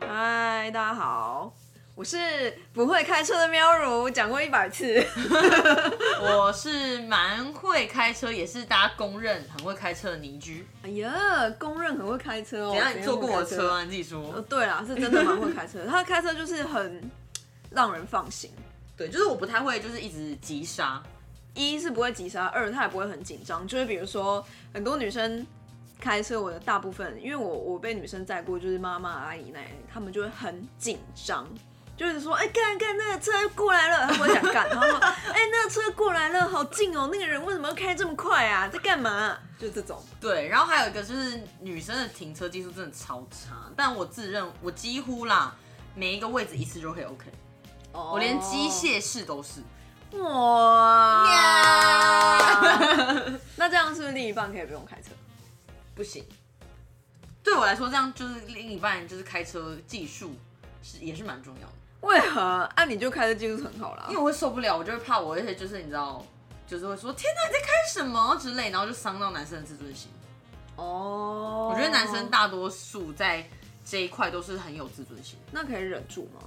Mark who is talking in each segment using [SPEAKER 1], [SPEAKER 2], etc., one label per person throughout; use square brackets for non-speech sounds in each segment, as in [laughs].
[SPEAKER 1] 嗨，大家好，我是不会开车的喵如，讲过一百次。
[SPEAKER 2] [laughs] 我是蛮会开车，也是大家公认很会开车的邻居。
[SPEAKER 1] [laughs] 哎呀，公认很会开车哦。
[SPEAKER 2] 等一下你坐过我的
[SPEAKER 1] 谁会开
[SPEAKER 2] 车啊？你自己说
[SPEAKER 1] 呃，。对啦，是真的蛮会开车的。他开车就是很让人放心。
[SPEAKER 2] 对，就是我不太会，就是一直急刹。
[SPEAKER 1] 一是不会急刹，二他也不会很紧张。就是比如说，很多女生开车，我的大部分，因为我我被女生载过，就是妈妈、阿姨那一类，她们就会很紧张，就是说，哎、干干那个车过来了，她不会讲干，她说，哎、那个车过来了，好近哦，那个人为什么要开这么快啊？在干嘛、就这种，
[SPEAKER 2] 对，然后还有一个就是女生的停车技术真的超差，但我自认我几乎啦每一个位置一次就可以 OK，我
[SPEAKER 1] 我
[SPEAKER 2] 连机械式都是。
[SPEAKER 1] 哇，那这样是不是另一半可以不用开车？
[SPEAKER 2] 不行。对我来说，这样就是另一半就是开车技术是也是蛮重要的，
[SPEAKER 1] 为何？啊，你就开车技术很好啦
[SPEAKER 2] 因为。我会受不了，我就会怕我一些就是你知道，就是会说天哪你在开什么之类，然后就伤到男生的自尊心。
[SPEAKER 1] 哦，
[SPEAKER 2] 我觉得男生大多数在这一块都是很有自尊心的。
[SPEAKER 1] 那可以忍住吗？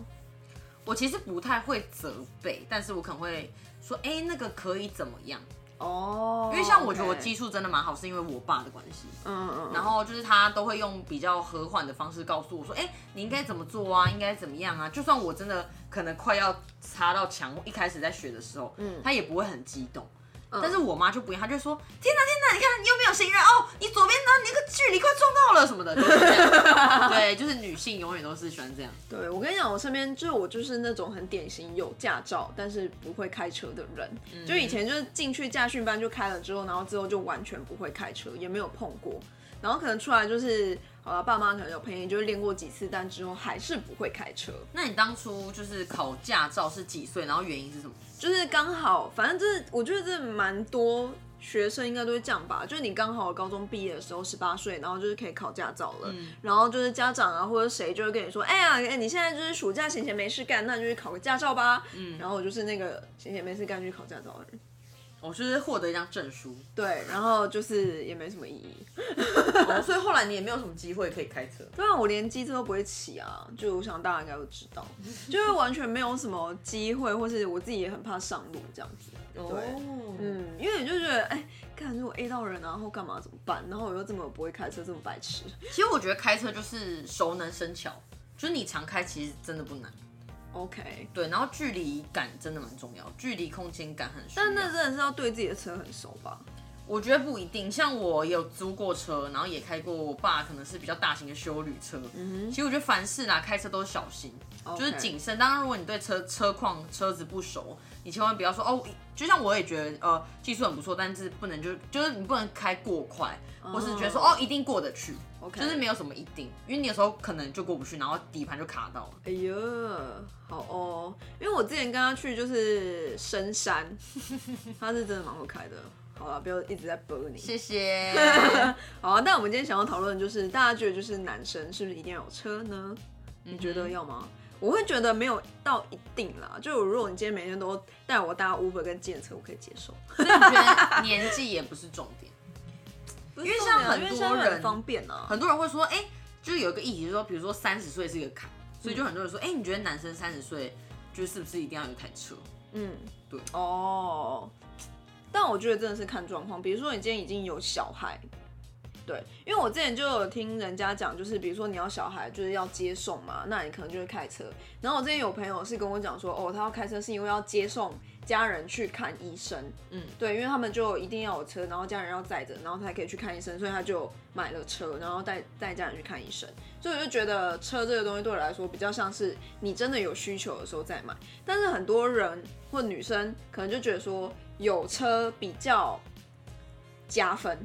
[SPEAKER 2] 我其实不太会责备，但是我可能会说，哎、那个可以怎么样？
[SPEAKER 1] 哦，
[SPEAKER 2] 因为像我觉得我
[SPEAKER 1] OK
[SPEAKER 2] 技术真的蛮好，是因为我爸的关系。
[SPEAKER 1] 嗯嗯，嗯
[SPEAKER 2] 然后就是他都会用比较和缓的方式告诉我说，哎、你应该怎么做啊，应该怎么样啊。就算我真的可能快要插到墙，我一开始在学的时候，嗯，他也不会很激动。但是我妈就不一样，她就说：“天哪，天哪，你看你又没有行人哦，你左边呢，你那个距离快撞到了什么的。就是这样” [laughs] 对，就是女性永远都是喜欢这样。
[SPEAKER 1] 对我跟你讲，我身边就是我就是那种很典型有驾照但是不会开车的人，就以前就是进去驾训班就开了之后，然后之后就完全不会开车，也没有碰过，然后可能出来就是好了，爸妈可能有陪你，就是练过几次，但之后还是不会开车。
[SPEAKER 2] 那你当初就是考驾照是几岁？然后原因是什么？
[SPEAKER 1] 就是刚好，反正这我觉得这蛮多学生应该都会这样吧，就是你刚好高中毕业的时候十八岁，然后就是可以考驾照了，然后就是家长啊或者谁就会跟你说，哎呀，哎你现在就是暑假闲闲没事干，那你就去考个驾照吧。嗯，然后我就是那个闲闲没事干去考驾照的人，
[SPEAKER 2] 我就是获得一张证书、
[SPEAKER 1] 对，然后就是也没什么意义。
[SPEAKER 2] 哦，所以后来你也没有什么机会可以开车。
[SPEAKER 1] 对啊，我连机车都不会骑啊，就我想大家应该都知道，就是完全没有什么机会，或是我自己也很怕上路这样子。对，
[SPEAKER 2] 嗯，
[SPEAKER 1] 嗯，因为你就觉得，哎、看如果 A 到人啊，然后干嘛怎么办？然后我又这么不会开车，这么白痴。
[SPEAKER 2] 其实我觉得开车就是熟能生巧，就是你常开其实真的不难。
[SPEAKER 1] OK，
[SPEAKER 2] 对，然后距离感真的蛮重要，距离空间感很需要。
[SPEAKER 1] 但那真的是要对自己的车很熟吧？
[SPEAKER 2] 我觉得不一定，像我有租过车，然后也开过我爸可能是比较大型的修旅车。嗯、其实我觉得凡事啦，开车都小心就是谨慎。当然，如果你对车车况、车子不熟，你千万不要说哦。就像我也觉得，呃，技术很不错，但是不能就就是你不能开过快，或是觉得说哦一定过得去
[SPEAKER 1] OK
[SPEAKER 2] 就是没有什么一定，因为你有时候可能就过不去，然后底盘就卡到了。
[SPEAKER 1] 哎呀，好哦，因为我之前跟他去就是深山， [laughs] 他是真的蛮会开的。好了，不要一直在播你。
[SPEAKER 2] 谢 [laughs] 谢。
[SPEAKER 1] 好啊，但我们今天想要讨论的就是，大家觉得就是男生是不是一定要有车呢？你觉
[SPEAKER 2] 嗯
[SPEAKER 1] 得要吗？我会觉得没有到一定啦，就如果你今天每天都带我搭 Uber 跟建车，我可以接受。
[SPEAKER 2] 所以我觉得年纪也不是重点。
[SPEAKER 1] 因为
[SPEAKER 2] 重
[SPEAKER 1] 像
[SPEAKER 2] 点啊
[SPEAKER 1] 很
[SPEAKER 2] 因为
[SPEAKER 1] 多
[SPEAKER 2] 现在
[SPEAKER 1] 人
[SPEAKER 2] 很
[SPEAKER 1] 方便啊，
[SPEAKER 2] 很多人会说，哎、就是有一个议题，就是说，比如说三十岁是一个坎，所以就很多人说，哎、你觉得男生三十岁就是是不是一定要有一台车？
[SPEAKER 1] 嗯，
[SPEAKER 2] 对
[SPEAKER 1] 哦。但我觉得真的是看状况，比如说你今天已经有小孩，对，因为我之前就有听人家讲，就是比如说你要小孩就是要接送嘛，那你可能就会开车。然后我之前有朋友是跟我讲说，哦，他要开车是因为要接送家人去看医生，嗯
[SPEAKER 2] 嗯，
[SPEAKER 1] 对，因为他们就一定要有车，然后家人要载着，然后才可以去看医生，所以他就买了车，然后带带家人去看医生。所以我就觉得车这个东西对我来说比较像是你真的有需求的时候再买。但是很多人或女生可能就觉得说有车比较加分，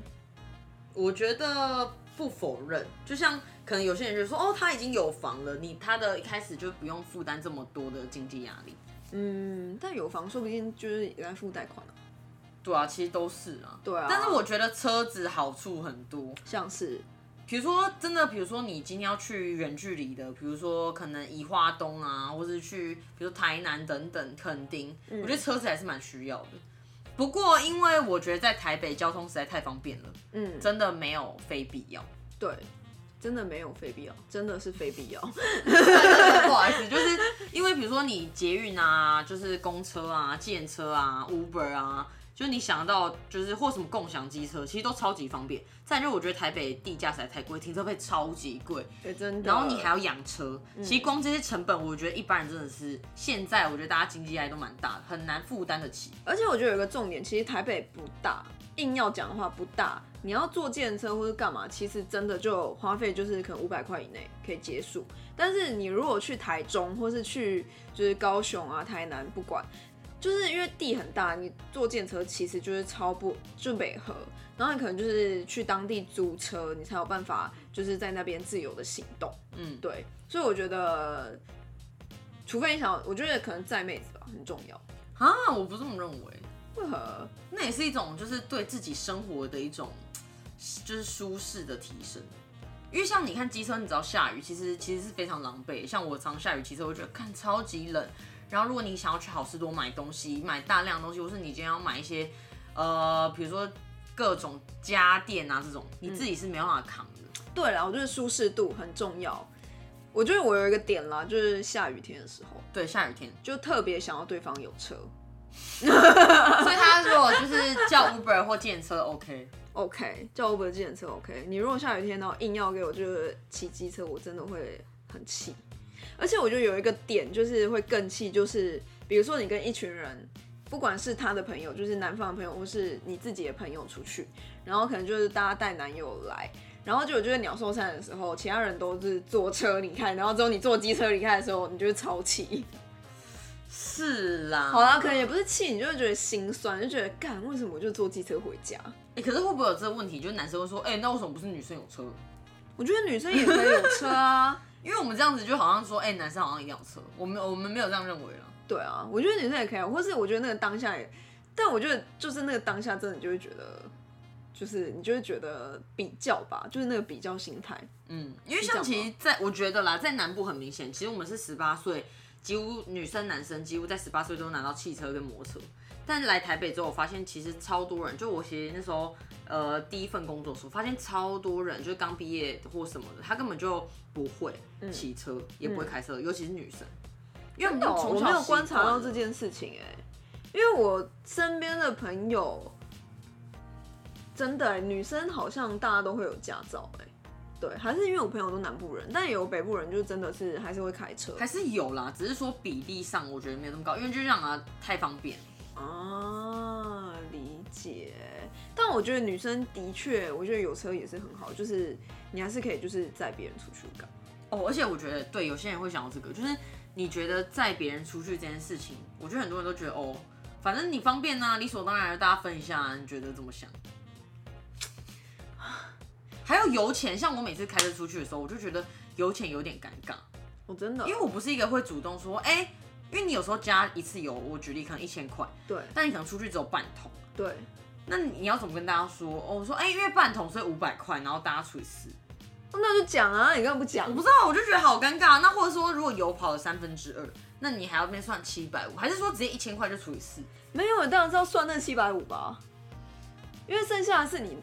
[SPEAKER 2] 我觉得不否认，就像可能有些人就说，哦，他已经有房了，你他的一开始就不用负担这么多的经济压力。
[SPEAKER 1] 嗯，但有房说不定就是也在付贷款啊，
[SPEAKER 2] 对啊，其实都是啊。
[SPEAKER 1] 对啊
[SPEAKER 2] 但是我觉得车子好处很多，
[SPEAKER 1] 像是
[SPEAKER 2] 比如说真的，比如说你今天要去远距离的，比如说可能宜花东啊，或是去比如台南等等垦丁，我觉得车子还是蛮需要的。不过因为我觉得在台北交通实在太方便了，
[SPEAKER 1] 嗯，
[SPEAKER 2] 真的没有非必要。 [laughs]
[SPEAKER 1] 对，真的没有非必要，真的是非必要。 [laughs]
[SPEAKER 2] 不好意思，就是因为比如说你捷运啊，就是公车啊、电车啊、Uber 啊，就是你想到就是或什么共享机车，其实都超级方便。再就是我觉得台北地价实在太贵，停车费超级贵，
[SPEAKER 1] 对，嗯真的。
[SPEAKER 2] 然后你还要养车，其实光这些成本，我觉得一般人真的是现在我觉得大家经济压力都蛮大的，很难负担得起。
[SPEAKER 1] 而且我觉得有一个重点，其实台北不大，硬要讲的话不大。你要坐电车或是干嘛，其实真的就花费就是可能五百块以内可以结束。但是你如果去台中或是去就是高雄啊、台南，不管，就是因为地很大，你坐电车其实就是超不就北河，然后你可能就是去当地租车，你才有办法就是在那边自由的行动。
[SPEAKER 2] 嗯，
[SPEAKER 1] 对，所以我觉得，除非你想要，我觉得可能载妹子吧很重要。
[SPEAKER 2] 啊，我不这么认为，
[SPEAKER 1] 为何？
[SPEAKER 2] 那也是一种就是对自己生活的一种就是舒适的提升。因为像你看机车，你只要下雨，其实其实是非常狼狈。像我常下雨骑车，我觉得看超级冷。然后如果你想要去好事多买东西，买大量的东西，或是你今天要买一些呃，比如说各种家电啊这种，你
[SPEAKER 1] 嗯
[SPEAKER 2] 自己是没办法扛的。
[SPEAKER 1] 对啦，我觉得舒适度很重要。我觉得我有一个点啦，就是下雨天的时候，
[SPEAKER 2] 对，下雨天，
[SPEAKER 1] 就特别想要对方有车。
[SPEAKER 2] 所以他如果就是叫 Uber 或电车，OK。
[SPEAKER 1] OK，叫 Uber 计程车 OK。你如果下雨天然后硬要给我就是骑机车，我真的会很气。而且我觉得有一个点就是会更气，就是比如说你跟一群人，不管是他的朋友，就是男方的朋友，或是你自己的朋友出去，然后可能就是大家带男友来，然后就我觉得鸟兽散的时候，其他人都是坐车离开，然后只有你坐机车离开的时候，你就会超气。
[SPEAKER 2] 是啦，
[SPEAKER 1] 好啦，可能也不是气，你就会觉得心酸，就觉得干为什么我就坐机车回家？
[SPEAKER 2] 欸可是会不会有这个问题？就是男生会说，哎、那为什么不是女生有车？
[SPEAKER 1] 我觉得女生也可以有车啊。
[SPEAKER 2] 因为我们这样子就好像说，哎、男生好像一定要有车，我们我们没有这样认为了。
[SPEAKER 1] 对啊，我觉得女生也可以啊，或是我觉得那个当下也，但我觉得就是那个当下，真的就会觉得，就是你就会觉得比较吧，就是那个比较心态。
[SPEAKER 2] 嗯，因为
[SPEAKER 1] 是这样吗
[SPEAKER 2] 像其实在我觉得啦，在南部很明显，其实我们是十八岁，几乎女生男生几乎在十八岁都拿到汽车跟摩托车。但来台北之后，我发现其实超多人，就我其实那时候呃第一份工作的时候，发现超多人就是刚毕业或什么的，他根本就不会
[SPEAKER 1] 嗯
[SPEAKER 2] 骑车，也不会开车，尤其是女生。因为哦我们就从
[SPEAKER 1] 哦我
[SPEAKER 2] 小
[SPEAKER 1] 没有观察到
[SPEAKER 2] 习惯了
[SPEAKER 1] 这件事情哎、因为我身边的朋友，真的欸、女生好像大家都会有驾照哎、对，还是因为我朋友都南部人，但也有北部人，就是真的是还是会开车啊
[SPEAKER 2] 还是有啦，只是说比例上我觉得没有那么高，因为就让啊太方便。
[SPEAKER 1] 啊，理解。但我觉得女生的确，我觉得有车也是很好，就是你还是可以就是载别人出去干嘛。
[SPEAKER 2] 哦，而且我觉得对有些人会想到这个，就是你觉得载别人出去这件事情，我觉得很多人都觉得哦，反正你方便啊，理所当然，大家分一下、啊，你觉得怎么想？ [sighs] 还有油钱，像我每次开车出去的时候，我就觉得油钱有点尴尬，
[SPEAKER 1] 我、哦真的，
[SPEAKER 2] 因为我不是一个会主动说，哎、因为你有时候加一次油，我举例可能一千块，
[SPEAKER 1] 对
[SPEAKER 2] 但你可能出去只有半桶，
[SPEAKER 1] 对，
[SPEAKER 2] 那你要怎么跟大家说？哦，我说，哎、因为半桶所以五百块，然后大家除以四，
[SPEAKER 1] 那就讲啊，你干嘛不
[SPEAKER 2] 我
[SPEAKER 1] 讲
[SPEAKER 2] 不？知道，我就觉得好尴尬。那或者说，如果油跑了三分之二，那你还要那边算七百五，还是说直接一千块就除以四？
[SPEAKER 1] 没有，当然是要算那七百五吧，因为剩下的是你。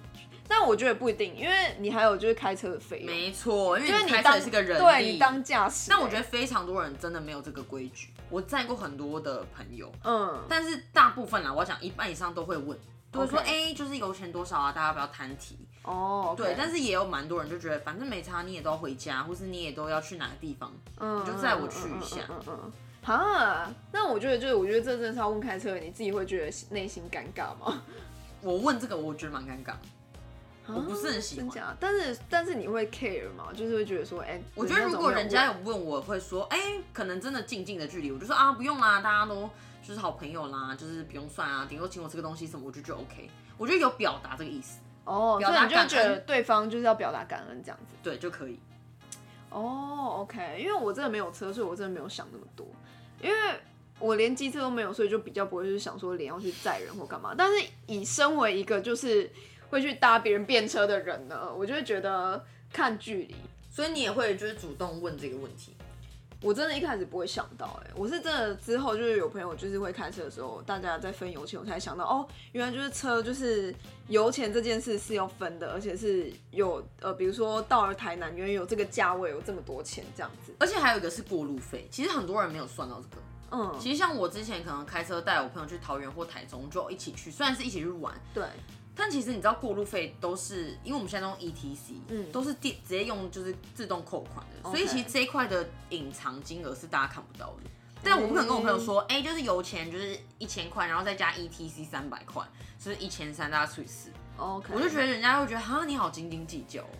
[SPEAKER 1] 但我觉得不一定，因为你还有就是开车的费用，
[SPEAKER 2] 没错，因
[SPEAKER 1] 因
[SPEAKER 2] 为
[SPEAKER 1] 为
[SPEAKER 2] 你
[SPEAKER 1] 你
[SPEAKER 2] 开车
[SPEAKER 1] 当
[SPEAKER 2] 也是个人力
[SPEAKER 1] 对你当驾驶欸、
[SPEAKER 2] 但我觉得非常多人真的没有这个规矩。我载过很多的朋友，
[SPEAKER 1] 嗯，
[SPEAKER 2] 但是大部分啦，我想一半以上都会问，都会说，哎
[SPEAKER 1] OK
[SPEAKER 2] 就是油钱多少啊？大家不要贪提。
[SPEAKER 1] 哦，
[SPEAKER 2] 对，但
[SPEAKER 1] 是
[SPEAKER 2] 是也有蛮多人就觉得，反正没差，你也都要回家，或是你也都要去哪个地方，
[SPEAKER 1] 嗯，
[SPEAKER 2] 就载我去一下
[SPEAKER 1] 嗯嗯嗯嗯嗯嗯啊，那我觉得就是，我觉得这真的是要问开车的，你自己会觉得内心尴尬吗？
[SPEAKER 2] 我问这个，我觉得蛮尴尬。我不是很喜欢
[SPEAKER 1] 啊真假？但是但是你会 care 吗？就是会觉得说，哎、
[SPEAKER 2] 我觉得如果人家
[SPEAKER 1] 有
[SPEAKER 2] 有问我，会说，哎、可能真的近近的距离，我就说啊，不用啦，大家都就是好朋友啦，就是不用算啊，顶多请我吃个东西什么，我就觉得 OK，我觉得有表达这个意思，
[SPEAKER 1] 哦，
[SPEAKER 2] 表
[SPEAKER 1] 所
[SPEAKER 2] 达
[SPEAKER 1] 以你就会
[SPEAKER 2] 感
[SPEAKER 1] 觉得
[SPEAKER 2] 恩
[SPEAKER 1] 对方就是要表达感恩这样子。
[SPEAKER 2] 对就可以。
[SPEAKER 1] 哦，OK，因为我真的没有车，所以我真的没有想那么多，因为我连机车都没有，所以就比较不会去想说连要去载人或干嘛。但是以身为一个就是会去搭别人便车的人呢，我就会觉得看距离。
[SPEAKER 2] 所以你也会就是主动问这个问题，
[SPEAKER 1] 我真的一开始不会想到、欸，哎，我是真的之后就是有朋友就是会开车的时候，大家在分油钱，我才想到哦，原来就是车就是油钱这件事是要分的，而且是有呃，比如说到了台南，原来有这个价位有这么多钱这样子，
[SPEAKER 2] 而且还有一个是过路费，其实很多人没有算到这个。
[SPEAKER 1] 嗯，
[SPEAKER 2] 其实像我之前可能开车带我朋友去桃园或台中，就一起去，虽然是一起去玩，
[SPEAKER 1] 对，
[SPEAKER 2] 但其实你知道过路费都是，因为我们现在都用 ETC，
[SPEAKER 1] 嗯
[SPEAKER 2] 都是电直接用就是自动扣款的，
[SPEAKER 1] OK
[SPEAKER 2] 所以其实这一块的隐藏金额是大家看不到的。但我不可能跟我朋友说，哎、就是油钱就是一千块，然后再加 ETC 三百块，就是一千三，大家除以四，
[SPEAKER 1] ，OK，
[SPEAKER 2] 我就觉得人家会觉得，哈，你好斤斤计较哦。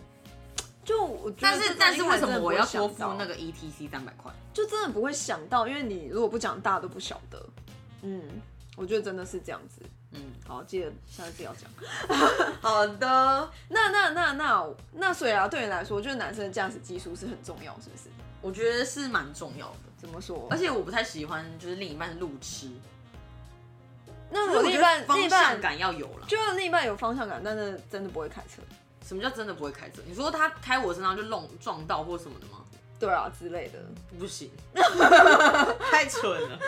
[SPEAKER 1] 就我觉得
[SPEAKER 2] 但
[SPEAKER 1] 这
[SPEAKER 2] 是
[SPEAKER 1] 真的
[SPEAKER 2] 但是
[SPEAKER 1] 一开
[SPEAKER 2] 为
[SPEAKER 1] 始
[SPEAKER 2] 什
[SPEAKER 1] 真的
[SPEAKER 2] 么
[SPEAKER 1] 不
[SPEAKER 2] 我
[SPEAKER 1] 会
[SPEAKER 2] 要
[SPEAKER 1] 想
[SPEAKER 2] 多付
[SPEAKER 1] 到
[SPEAKER 2] 那个 ETC 三百块？
[SPEAKER 1] 就真的不会想到，因为你如果不讲，大家都不晓得。嗯，我觉得真的是这样子。
[SPEAKER 2] 嗯，
[SPEAKER 1] 好，记得下次不要讲。
[SPEAKER 2] 好的，
[SPEAKER 1] 那那那那那，所以啊，对你来说，就是男生的驾驶技术是很重要，是不是？
[SPEAKER 2] 我觉得是蛮重要的。
[SPEAKER 1] 怎么说？
[SPEAKER 2] 而且我不太喜欢就是另一半路痴，
[SPEAKER 1] 那
[SPEAKER 2] 我
[SPEAKER 1] 我另
[SPEAKER 2] 觉
[SPEAKER 1] 一
[SPEAKER 2] 得
[SPEAKER 1] 半，另
[SPEAKER 2] 方
[SPEAKER 1] 一
[SPEAKER 2] 向
[SPEAKER 1] 半
[SPEAKER 2] 感要有了。
[SPEAKER 1] 就是另一半有方向感，但是真的不会开车，
[SPEAKER 2] 什么叫真的不会开车？你说他开我身上就弄撞到或什么的吗？
[SPEAKER 1] 对啊之类的。
[SPEAKER 2] 不行， [laughs] 太蠢了。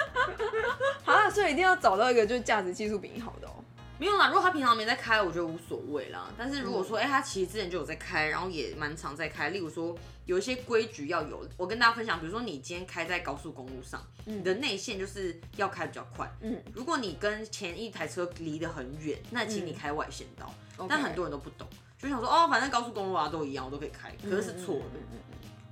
[SPEAKER 1] 啊，所以一定要找到一个就是驾驶技术比你好的哦。
[SPEAKER 2] [laughs] 没有啦，如果他平常没在开，我觉得无所谓啦。但是如果说，哎、他其实之前就有在开，然后也蛮常在开。例如说，有一些规矩要有，我跟大家分享，比如说你今天开在高速公路上，你的内线就是要开比较快。
[SPEAKER 1] 嗯，
[SPEAKER 2] 如果你跟前一台车离得很远，那请你开外线道。但很多人都不懂，就想说，哦，反正高速公路啊都一样，我都可以开，可
[SPEAKER 1] 嗯
[SPEAKER 2] 是是错的。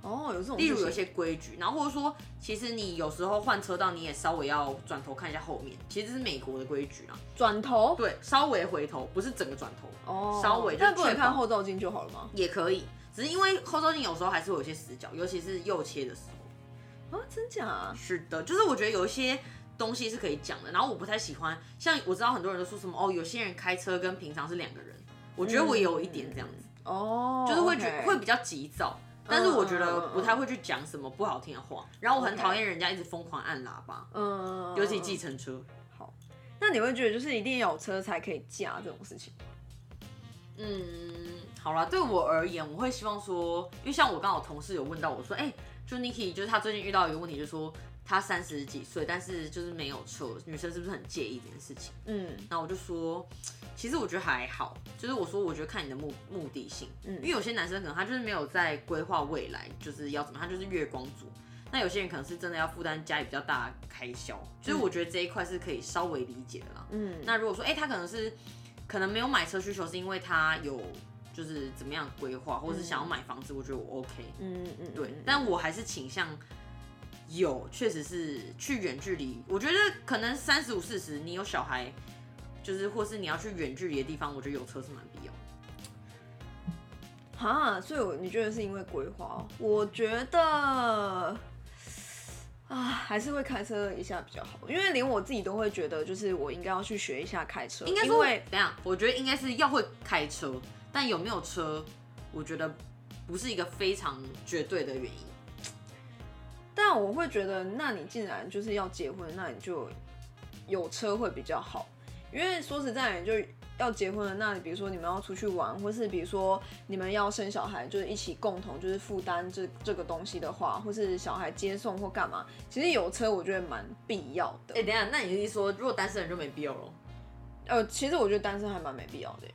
[SPEAKER 1] 哦，有这种事情，
[SPEAKER 2] 例如有一些规矩，然后或者说，其实你有时候换车道，你也稍微要转头看一下后面，其实这是美国的规矩啦。
[SPEAKER 1] 转头，
[SPEAKER 2] 对，稍微回头，不是整个转头，
[SPEAKER 1] 哦，
[SPEAKER 2] 稍微就
[SPEAKER 1] 但不能
[SPEAKER 2] 确保
[SPEAKER 1] 看后照镜就好了吗？
[SPEAKER 2] 也可以。只是因为后照镜有时候还是会有一些死角，尤其是右切的时候。
[SPEAKER 1] 啊，真假啊？
[SPEAKER 2] 是的，就是我觉得有一些东西是可以讲的，然后我不太喜欢，像我知道很多人都说什么哦，有些人开车跟平常是两个人，我觉得我也有一点这样子，
[SPEAKER 1] 哦，
[SPEAKER 2] 就是会觉
[SPEAKER 1] OK
[SPEAKER 2] 会比较急躁。但是我觉
[SPEAKER 1] 嗯嗯
[SPEAKER 2] 得
[SPEAKER 1] 嗯嗯
[SPEAKER 2] 嗯不太会去讲什么不好听的话，然后我很
[SPEAKER 1] OK
[SPEAKER 2] 讨厌人家一直疯狂按喇叭。
[SPEAKER 1] 嗯，
[SPEAKER 2] 尤其计程车，
[SPEAKER 1] 那你会觉得就是一定要有车才可以嫁这种事情？
[SPEAKER 2] 嗯，好啦，对我而言，我会希望说，因为像我刚好同事有问到我说，哎、就 Niki，就是他最近遇到一个问题，就是说他三十几岁，但是就是没有车，女生是不是很介意这件事情？
[SPEAKER 1] 嗯
[SPEAKER 2] 那我就说，其实我觉得还好，就是我说我觉得看你的目目的性，
[SPEAKER 1] 嗯
[SPEAKER 2] 因为有些男生可能他就是没有在规划未来，就是要怎么样，他就是月光族。那有些人可能是真的要负担家里比较大的开销，所以我觉得这一块是可以稍微理解的啦。
[SPEAKER 1] 嗯，
[SPEAKER 2] 那如果说，哎、他可能是可能没有买车需求，是因为他有就是怎么样规划，或者是想要买房子，我觉得我 OK。
[SPEAKER 1] 嗯嗯嗯，
[SPEAKER 2] 对，
[SPEAKER 1] 嗯
[SPEAKER 2] 但我还是倾向有，确实是去远距离。我觉得可能三十五、四十，你有小孩，就是或是你要去远距离的地方，我觉得有车是蛮必要的。
[SPEAKER 1] 哈，所以我你觉得是因为规划哦？我觉得。啊，还是会开车一下比较好，因为连我自己都会觉得，就是我应该要去学一下开车，
[SPEAKER 2] 应该
[SPEAKER 1] 因
[SPEAKER 2] 说
[SPEAKER 1] 为，
[SPEAKER 2] 怎样？我觉得应该是要会开车，但有没有车，我觉得不是一个非常绝对的原因。
[SPEAKER 1] 但我会觉得，那你既然就是要结婚，那你就有车会比较好，因为说实在，就要结婚了，那比如说你们要出去玩，或是比如说你们要生小孩，就是一起共同就是负担这这个东西的话，或是小孩接送或干嘛，其实有车我觉得蛮必要的。
[SPEAKER 2] 哎、等一下，那你是说，如果单身人就没必要喽？
[SPEAKER 1] 呃，其实我觉得单身还蛮没必要的耶，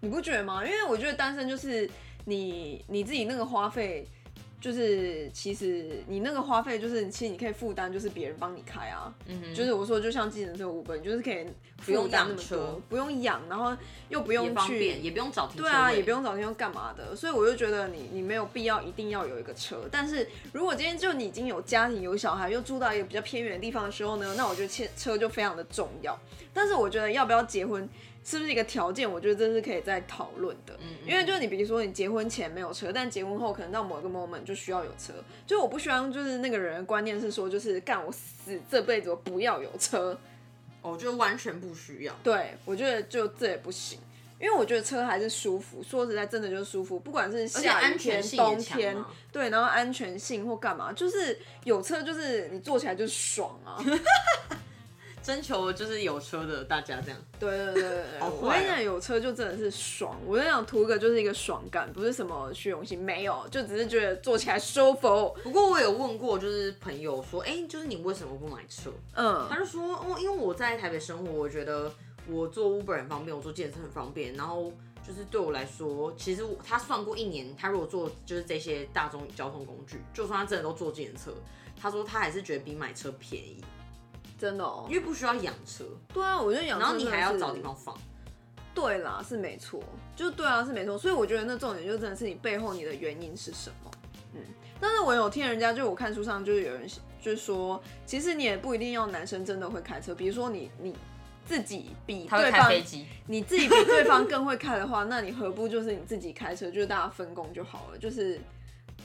[SPEAKER 1] 你不觉得吗？因为我觉得单身就是你你自己那个花费，就是其实你那个花费就是其实你可以负担，就是别人帮你开啊。
[SPEAKER 2] 嗯哼，
[SPEAKER 1] 就是我说，就像计程车、五本，你就是可以不用养那么
[SPEAKER 2] 不用养
[SPEAKER 1] 多
[SPEAKER 2] 车，
[SPEAKER 1] 不用养，然后又不
[SPEAKER 2] 也
[SPEAKER 1] 用
[SPEAKER 2] 方便，
[SPEAKER 1] 去，
[SPEAKER 2] 也不用找停车
[SPEAKER 1] 对
[SPEAKER 2] 位，
[SPEAKER 1] 啊，也不用找地方干嘛的。所以我就觉得你你没有必要一定要有一个车。但是如果今天就你已经有家庭、有小孩，又住到一个比较偏远的地方的时候呢，那我觉得车车就非常的重要。但是我觉得要不要结婚是不是一个条件，我觉得这是可以再讨论的。
[SPEAKER 2] 嗯，嗯
[SPEAKER 1] 因为就是你，比如说你结婚前没有车，但结婚后可能到某一个 moment 就需要有车。就我不希望就是那个人的观念是说，就是干我死这辈子我不要有车。
[SPEAKER 2] 哦，就完全不需要。
[SPEAKER 1] 对我觉得就这也不行，因为我觉得车还是舒服。说实在，真的就是舒服，不管是
[SPEAKER 2] 而且
[SPEAKER 1] 下雨
[SPEAKER 2] 安全
[SPEAKER 1] 天、
[SPEAKER 2] 性
[SPEAKER 1] 冬
[SPEAKER 2] 也强
[SPEAKER 1] 天，
[SPEAKER 2] 啊，
[SPEAKER 1] 对，然后安全性或干嘛，就是有车就是你坐起来就是爽啊。
[SPEAKER 2] 征求就是有车的大家这样。
[SPEAKER 1] [laughs] 对对对对对，
[SPEAKER 2] 好
[SPEAKER 1] 我
[SPEAKER 2] 坏
[SPEAKER 1] 跟你
[SPEAKER 2] 哦
[SPEAKER 1] 讲，有车就真的是爽。我跟你讲，图个就是一个爽感，不是什么虚荣心，没有，就只是觉得坐起来舒服。
[SPEAKER 2] 不过我有问过，就是朋友说，哎、就是你为什么不买车？
[SPEAKER 1] 嗯
[SPEAKER 2] 他就说，哦，因为我在台北生活，我觉得我做 Uber 很方便，我做健身很方便，然后就是对我来说，其实我他算过一年，他如果做就是这些大众交通工具，就算他真的都坐健车，他说他还是觉得比买车便宜，
[SPEAKER 1] 真的哦
[SPEAKER 2] 因。为不需要养车，
[SPEAKER 1] 对啊，我觉得养车
[SPEAKER 2] 然后你
[SPEAKER 1] 真的
[SPEAKER 2] 还要
[SPEAKER 1] 是
[SPEAKER 2] 找地方放。
[SPEAKER 1] 对啦，是没错，就对啊，是没错。所以我觉得那重点就真的是你背后你的原因是什么。嗯，但是我有听人家，就我看书上就是有人就是说，其实你也不一定要男生真的会开车，比如说你你自己比对方，
[SPEAKER 2] 机，
[SPEAKER 1] 你自己比对方更会开的话，那你何不就是你自己开车，就是大家分工就好了，就是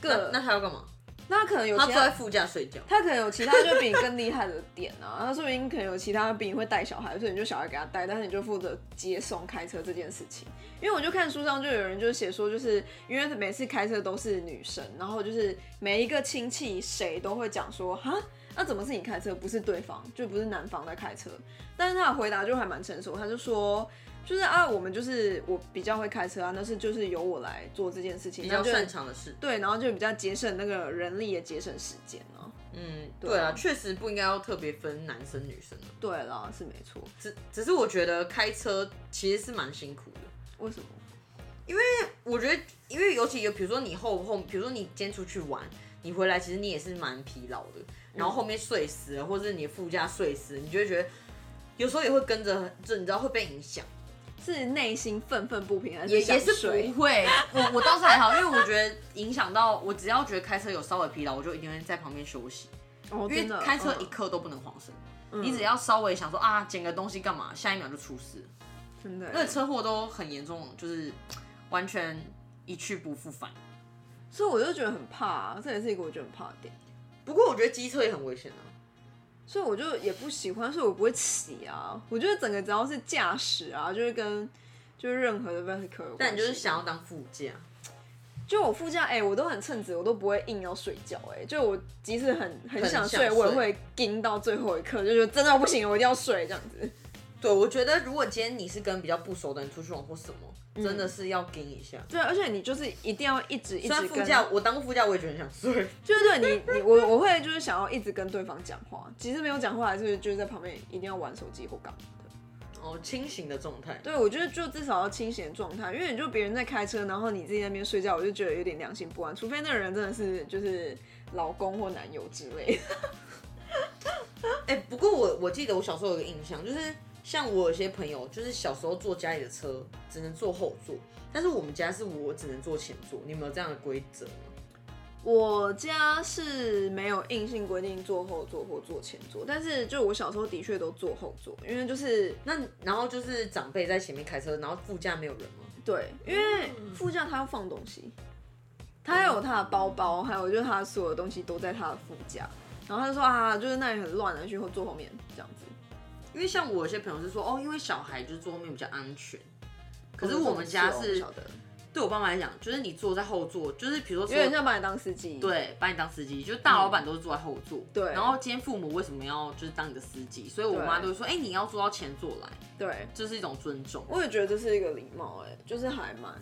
[SPEAKER 2] 那
[SPEAKER 1] 各
[SPEAKER 2] 那他要干嘛？
[SPEAKER 1] 那可能有
[SPEAKER 2] 他
[SPEAKER 1] 其
[SPEAKER 2] 坐
[SPEAKER 1] 他
[SPEAKER 2] 在。副驾睡觉。
[SPEAKER 1] 他可能有其他就比你更厉害的点啊， [laughs] 他说不定可能有其他比你会带小孩，所以你就小孩给他带，但是你就负责接送开车这件事情。因为我就看书上就有人就写说，就是因为每次开车都是女生，然后就是每一个亲戚谁都会讲说，哈，那怎么是你开车，不是对方，就不是男方在开车？但是他的回答就还蛮成熟，他就说。就是啊，我们就是我比较会开车啊，那是就是由我来做这件事情，
[SPEAKER 2] 比较
[SPEAKER 1] 那就
[SPEAKER 2] 擅长的事，
[SPEAKER 1] 对，然后就比较节省那个人力，也节省时间啊。
[SPEAKER 2] 嗯，
[SPEAKER 1] 对啊
[SPEAKER 2] 对啊，确实不应该要特别分男生女生啊
[SPEAKER 1] 对啦，是没错。
[SPEAKER 2] 只只是我觉得开车其实是蛮辛苦的。
[SPEAKER 1] 为什么？
[SPEAKER 2] 我觉得，因为尤其有，比如说你后后，比如说你今天出去玩，你回来其实你也是蛮疲劳的，然后后面睡死了，或者是你副驾睡死了，你就会觉得有时候也会跟着，就你知道会被影响，
[SPEAKER 1] 是内心愤愤不平，还
[SPEAKER 2] 也
[SPEAKER 1] 想
[SPEAKER 2] 也是
[SPEAKER 1] 睡
[SPEAKER 2] 不会。我我倒是还好，因为我觉得影响到我，只要觉得开车有稍微疲劳，我就一定会在旁边休息，
[SPEAKER 1] 哦，真
[SPEAKER 2] 因为
[SPEAKER 1] 的
[SPEAKER 2] 开车
[SPEAKER 1] 嗯
[SPEAKER 2] 一刻都不能晃神。你只要稍微想说啊，捡个东西干嘛，下一秒就出事了。
[SPEAKER 1] 真的
[SPEAKER 2] 那个，车祸都很严重，就是完全一去不复返。
[SPEAKER 1] 所以我就觉得很怕、啊，这也是一个我觉得很怕的点，
[SPEAKER 2] 不过我觉得机车也很危险啊。
[SPEAKER 1] 所以我就也不喜欢，所以我不会骑啊。我觉得整个只要是驾驶啊，就是跟就是任何的 vehicle，有
[SPEAKER 2] 但你就是
[SPEAKER 1] 关系
[SPEAKER 2] 想要当副驾，
[SPEAKER 1] 就我副驾，哎、我都很称职，我都不会硬要睡觉、哎，就我即使很很
[SPEAKER 2] 很
[SPEAKER 1] 想
[SPEAKER 2] 想
[SPEAKER 1] 睡，我也
[SPEAKER 2] 睡
[SPEAKER 1] 会盯到最后一刻，就觉得真的不行，我一定要睡这样子。
[SPEAKER 2] 对我觉得如果今天你是跟比较不熟的人出去玩或什么，真的是要盯一下。
[SPEAKER 1] 对，而且你就是一定要一直一直
[SPEAKER 2] 虽然
[SPEAKER 1] 跟
[SPEAKER 2] 副驾，我当过副驾，我也觉得很想睡。
[SPEAKER 1] 就是对你，你我我会就是想要一直跟对方讲话，即使没有讲话，还是就是在旁边一定要玩手机或干嘛的。
[SPEAKER 2] 哦，清醒的状态。
[SPEAKER 1] 对，我觉得就至少要清醒的状态，因为你就别人在开车，然后你自己在那边睡觉，我就觉得有点良心不安。除非那个人真的是就是老公或男友之类的。
[SPEAKER 2] 哎、不过我我记得我小时候有个印象，就是像我有些朋友，就是小时候坐家里的车只能坐后座，但是我们家是我只能坐前座。你们有这样的规则吗？
[SPEAKER 1] 我家是没有硬性规定坐后座或坐前座，但是就我小时候的确都坐后座，因为就是
[SPEAKER 2] 那然后就是长辈在前面开车，然后副驾没有人吗？
[SPEAKER 1] 对，因为
[SPEAKER 2] 哦
[SPEAKER 1] 副驾他要放东西，他有他的包包，还有就是他所有的东西都在他的副驾。然后他就说啊，就是那里很乱啊，去后坐后面这样子。
[SPEAKER 2] 因为像我有些朋友是说，哦，因为小孩就是坐后面比较安全。可是
[SPEAKER 1] 哦
[SPEAKER 2] 我们家
[SPEAKER 1] 这种
[SPEAKER 2] 是
[SPEAKER 1] 事哦我不晓得
[SPEAKER 2] 对我爸妈来讲，就是你坐在后座，就是比如说
[SPEAKER 1] 有点
[SPEAKER 2] 说，
[SPEAKER 1] 像把你当司机。
[SPEAKER 2] 对，把你当司机，就是大老板都是坐在后座。
[SPEAKER 1] 对
[SPEAKER 2] 然后今天父母为什么要就是当你的司机？所以我
[SPEAKER 1] 对
[SPEAKER 2] 妈都会说，哎、你要坐到前座来，
[SPEAKER 1] 对，
[SPEAKER 2] 这是一种尊重。
[SPEAKER 1] 我也觉得这是一个礼貌、哎，就是还蛮，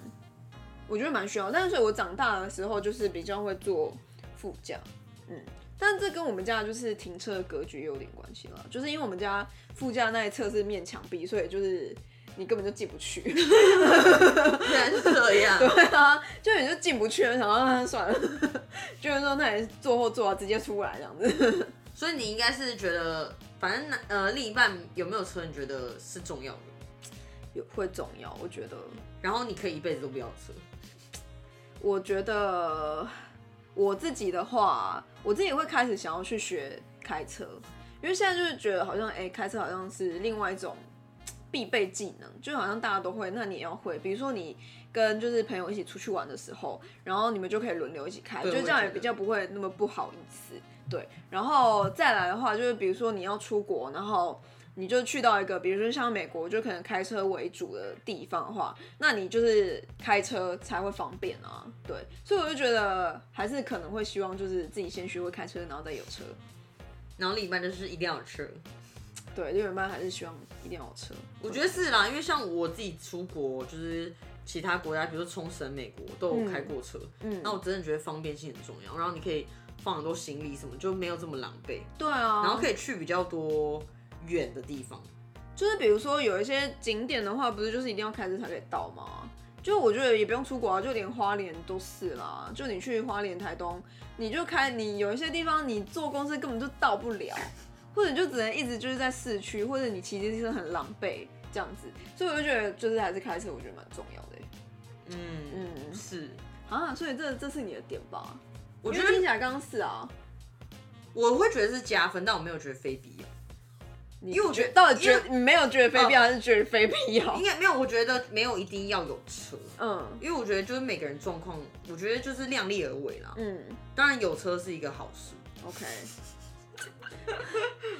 [SPEAKER 1] 我觉得蛮需要。但是我长大的时候就是比较会坐副驾，嗯，但这跟我们家就是停车的格局也有点关系了，就是因为我们家副驾那一侧是面墙壁，所以就是你根本就进不去。
[SPEAKER 2] 居然是这
[SPEAKER 1] [laughs]
[SPEAKER 2] 样，
[SPEAKER 1] 对啊，就你就进不去了，想到啊算了， [laughs] 就是说那也坐后座啊，直接出来这样子。
[SPEAKER 2] 所以你应该是觉得，反正呃，另一半有没有车，你觉得是重要的。
[SPEAKER 1] [laughs] 有会重要，我觉得，
[SPEAKER 2] 然后你可以一辈子都不要车，
[SPEAKER 1] 我觉得我自己的话，我自己会开始想要去学开车，因为现在就是觉得好像哎、开车好像是另外一种必备技能，就好像大家都会，那你也要会。比如说你跟就是朋友一起出去玩的时候，然后你们就可以轮流一起开，就
[SPEAKER 2] 对
[SPEAKER 1] 这样也
[SPEAKER 2] 我也觉
[SPEAKER 1] 比
[SPEAKER 2] 得
[SPEAKER 1] 较不会那么不好意思。对，然后再来的话，就是比如说你要出国，然后你就去到一个，比如说像美国，就可能开车为主的地方的话，那你就是开车才会方便啊。对，所以我就觉得还是可能会希望就是自己先学会开车，然后再有车。
[SPEAKER 2] 然后另一半就是一定要有车。
[SPEAKER 1] 对，六点半还是希望一定要有车。
[SPEAKER 2] 我觉得是啦，因为像我自己出国，就是其他国家，比如说冲绳、美国，都有开过车。嗯，
[SPEAKER 1] 哦
[SPEAKER 2] 那我真的觉得方便性很重要，然后你可以放很多行李什么，就没有这么狼狈，
[SPEAKER 1] 对啊，
[SPEAKER 2] 然后可以去比较多远的地方。
[SPEAKER 1] 就是比如说有一些景点的话，不是就是一定要开车才可以到吗？就我觉得也不用出国啊，就连花莲都是啦。就你去花莲、台东，你就开，你有一些地方你坐公车根本就到不了，或者就只能一直就是在市区，或者你骑机车很狼狈这样子。所以我就觉得就是还是开车，我觉得蛮重要的欸、
[SPEAKER 2] 嗯嗯，是。
[SPEAKER 1] 啊。所以这这是你的点吧？
[SPEAKER 2] 我
[SPEAKER 1] 我
[SPEAKER 2] 觉
[SPEAKER 1] 觉得听
[SPEAKER 2] 得
[SPEAKER 1] 起来刚刚是啊，
[SPEAKER 2] 我会觉得是加分，但我没有觉得非必要。
[SPEAKER 1] 因
[SPEAKER 2] 因为我哦觉得
[SPEAKER 1] 到底觉
[SPEAKER 2] 因
[SPEAKER 1] 得你没有觉得非必要，还是觉得非必要
[SPEAKER 2] 应？该没有，我觉得没有一定要有车，
[SPEAKER 1] 嗯
[SPEAKER 2] 因为我觉得就是每个人状况，我觉得就是量力而为啦。
[SPEAKER 1] 嗯
[SPEAKER 2] 当然有车是一个好事，
[SPEAKER 1] ，OK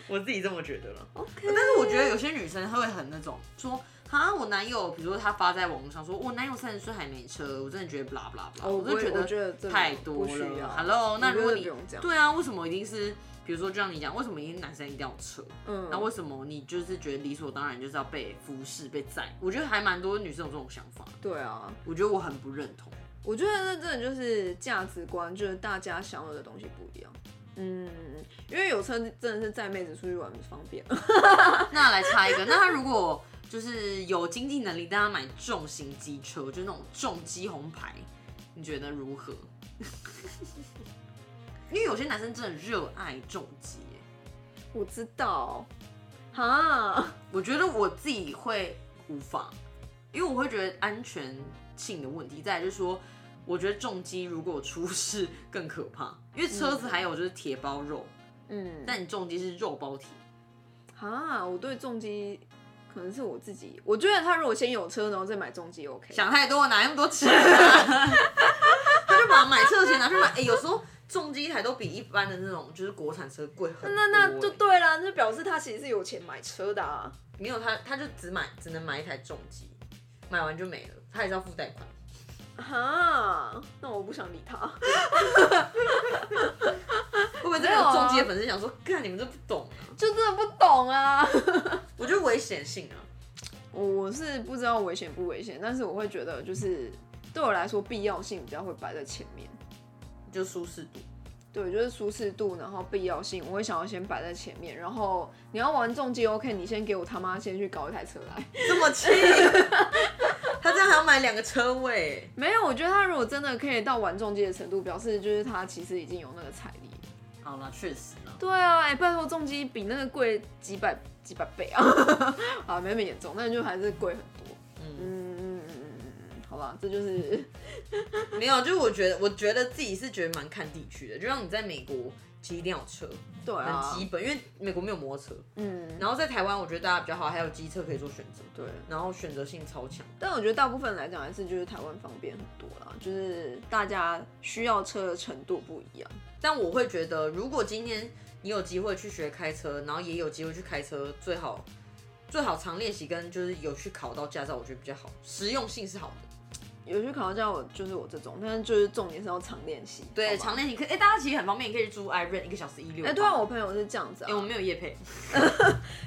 [SPEAKER 2] 我自己这么觉得了。
[SPEAKER 1] OK，
[SPEAKER 2] 但是我觉得有些女生她会很那种说，啊，我男友，比如说她发在网络上说，我男友三十岁还没车，我真的觉得 blah blah blah，、
[SPEAKER 1] 哦
[SPEAKER 2] 我真
[SPEAKER 1] 我也
[SPEAKER 2] 的
[SPEAKER 1] 我觉得真的
[SPEAKER 2] 太多
[SPEAKER 1] 不需要
[SPEAKER 2] 了。Hello，那如果
[SPEAKER 1] 我
[SPEAKER 2] 你
[SPEAKER 1] 觉得不用这样
[SPEAKER 2] 对啊，为什么一定是，比如说就像你讲，为什么一定男生一定要有车？
[SPEAKER 1] 嗯
[SPEAKER 2] 那为什么你就是觉得理所当然就是要被服侍、被载？我觉得还蛮多女生有这种想法，
[SPEAKER 1] 对啊，
[SPEAKER 2] 我觉得我很不认同。
[SPEAKER 1] 我觉得那真的就是价值观，就是大家想要的东西不一样。嗯，因为有车真的是载妹子出去玩方便。 [laughs]
[SPEAKER 2] 那来插一个，那他如果就是有经济能力，但他买重型机车，就是那种重机红牌，你觉得如何？ [laughs] 因为有些男生真的热爱重机耶，
[SPEAKER 1] 我知道，哈，
[SPEAKER 2] 我觉得我自己会无法，因为我会觉得安全性的问题，再来就是说，我觉得重机如果出事更可怕，因为车子还有就是铁包肉，
[SPEAKER 1] 嗯，
[SPEAKER 2] 但你重机是肉包铁，
[SPEAKER 1] 哈，我对重机可能是我自己，我觉得他如果先有车，然后再买重机 OK。
[SPEAKER 2] 想太多，哪那么多钱啊？他就把买车的钱拿去 [laughs] 买，哎、有时候重机台都比一般的那种就是国产车贵很多、
[SPEAKER 1] 那那就
[SPEAKER 2] 哎
[SPEAKER 1] 对啦，那就表示他其实是有钱买车的啊。
[SPEAKER 2] 没有他，他就只买只能买一台重机，买完就没了，他也是要付贷款。
[SPEAKER 1] 哈，那我不想理他。 [laughs]
[SPEAKER 2] 会不会真的有啊重机的粉丝想说，看、你们这不懂啊？
[SPEAKER 1] 就真的不懂啊。
[SPEAKER 2] 我觉得危险性啊，
[SPEAKER 1] 我我是不知道危险不危险，但是我会觉得就是对我来说必要性比较会摆在前面。
[SPEAKER 2] 就舒适度。
[SPEAKER 1] 对，就是舒适度，然后必要性，我会想要先摆在前面。然后你要玩重机 OK，你先给我他妈先去搞一台车来。
[SPEAKER 2] 这么 [laughs] 气，他这样还要买两个车位，
[SPEAKER 1] 没有，我觉得他如果真的可以到玩重机的程度，表示就是他其实已经有那个财力。
[SPEAKER 2] 好了，确实啦。
[SPEAKER 1] 对啊，哎、拜托，重机比那个贵几百几百倍啊！ [laughs] 啊，没那么严重，但就还是贵很多。嗯嗯嗯嗯嗯嗯，好吧，这就是
[SPEAKER 2] 没有，就是我觉得，我觉得自己是觉得蛮看地区的，就像你在美国，其实一定要有车，
[SPEAKER 1] 对啊，
[SPEAKER 2] 很基本，因为美国没有摩托车。
[SPEAKER 1] 嗯，
[SPEAKER 2] 然后在台湾，我觉得大家比较好，还有机车可以做选择，
[SPEAKER 1] 对。
[SPEAKER 2] 然后选择性超强。
[SPEAKER 1] 但我觉得大部分来讲还是就是台湾方便很多啦，就是大家需要车的程度不一样。
[SPEAKER 2] 但我会觉得，如果今天你有机会去学开车，然后也有机会去开车，最好最好常练习跟就是有去考到驾照，我觉得比较好，实用性是好的。
[SPEAKER 1] 有些考教我就是我这种，但是就是重点是要常练习。好
[SPEAKER 2] 对，
[SPEAKER 1] 吧
[SPEAKER 2] 常练习可以，哎、大家其实很方便，你可以去租 i r o n 一个小时一六。
[SPEAKER 1] 哎、对啊，我朋友是这样子啊
[SPEAKER 2] 哎、。我们没有夜配，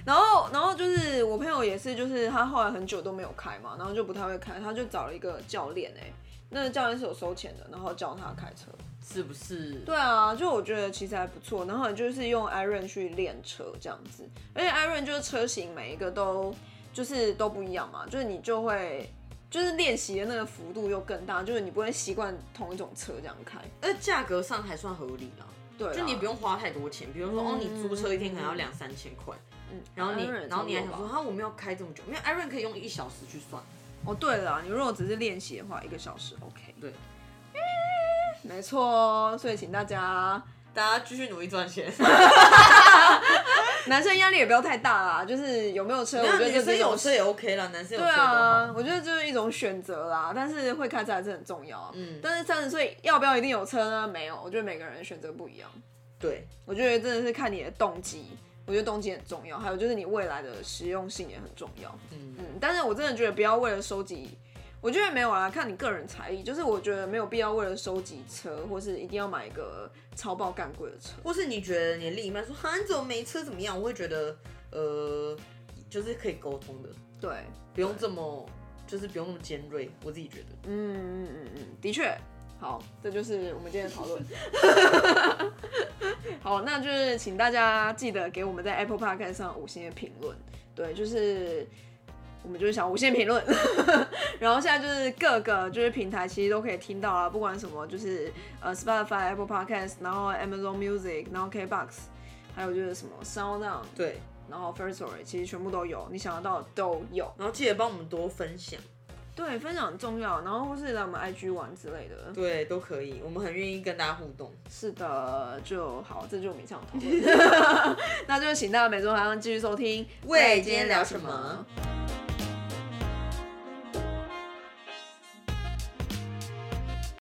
[SPEAKER 1] 然后，然后就是我朋友也是，就是他后来很久都没有开嘛，然后就不太会开，他就找了一个教练哎、那个教练是有收钱的，然后教他开车。
[SPEAKER 2] 是不是？
[SPEAKER 1] 对啊，就我觉得其实还不错，然后就是用 Iron 去练车这样子，而且 Iron 就是车型每一个都就是都不一样嘛，就是你就会就是练习的那个幅度又更大，就是你不会习惯同一种车这样开。
[SPEAKER 2] 而价格上还算合理啦，
[SPEAKER 1] 对啊，
[SPEAKER 2] 就你不用花太多钱，比如说、哦，你租车一天可能要两三千块，
[SPEAKER 1] 嗯，
[SPEAKER 2] 然后你
[SPEAKER 1] Iron 也
[SPEAKER 2] 然后你还想
[SPEAKER 1] 差不
[SPEAKER 2] 说，
[SPEAKER 1] 多吧
[SPEAKER 2] 哈，我们要开这么久，没有 i r o n 可以用一小时去算，
[SPEAKER 1] 哦，对了啊，你如果只是练习的话，一个小时 OK。
[SPEAKER 2] 对，
[SPEAKER 1] 没错哦，所以请大家
[SPEAKER 2] 大家继续努力赚 [laughs] 钱。
[SPEAKER 1] 男生压力也不要太大啦，就是有没有车，我觉得
[SPEAKER 2] 啊女
[SPEAKER 1] 这
[SPEAKER 2] 生
[SPEAKER 1] 是一种
[SPEAKER 2] 有车也 OK 啦，男生有
[SPEAKER 1] 对
[SPEAKER 2] 车也
[SPEAKER 1] 啊
[SPEAKER 2] 好。，
[SPEAKER 1] 我觉得这是一种选择啦，但是会开车还是很重要。嗯
[SPEAKER 2] 嗯，
[SPEAKER 1] 但是三十岁要不要一定有车呢？没有，我觉得每个人选择不一样。
[SPEAKER 2] 对，
[SPEAKER 1] 我觉得真的是看你的动机，我觉得动机很重要，还有就是你未来的实用性也很重要。嗯
[SPEAKER 2] 嗯
[SPEAKER 1] 但是我真的觉得不要为了收集，我觉得没有啦，看你个人才艺，就是我觉得没有必要为了收集车，或是一定要买一个超爆干贵的车。
[SPEAKER 2] 或是你觉得你的另一半说哈你怎么没车怎么样，我会觉得呃就是可以沟通的，
[SPEAKER 1] 对，
[SPEAKER 2] 不用这么就是不用那么尖锐，我自己觉得。
[SPEAKER 1] 嗯嗯嗯嗯，的确。好，这就是我们今天的讨论。好，那就是请大家记得给我们在 Apple Podcast 上五星的评论。对，就是我们就是想五星评论。 [laughs] 然后现在就是各个就是平台其实都可以听到啦，不管什么就是呃 Spotify、Apple Podcast，然后 Amazon Music，然后 KBox，还有就是什么 Sound On，
[SPEAKER 2] 对，
[SPEAKER 1] 然后 First Story，其实全部都有，你想得到的都有。
[SPEAKER 2] 然后记得帮我们多分享，
[SPEAKER 1] 对，分享很重要，然后或是来我们 IG 玩之类的。
[SPEAKER 2] 对，都可以，我们很愿意跟大家互动。
[SPEAKER 1] 是的，就好，这就是我们以上 [laughs] 的讨论。那就请大家每周晚上继续收听。
[SPEAKER 2] 喂今天聊什么？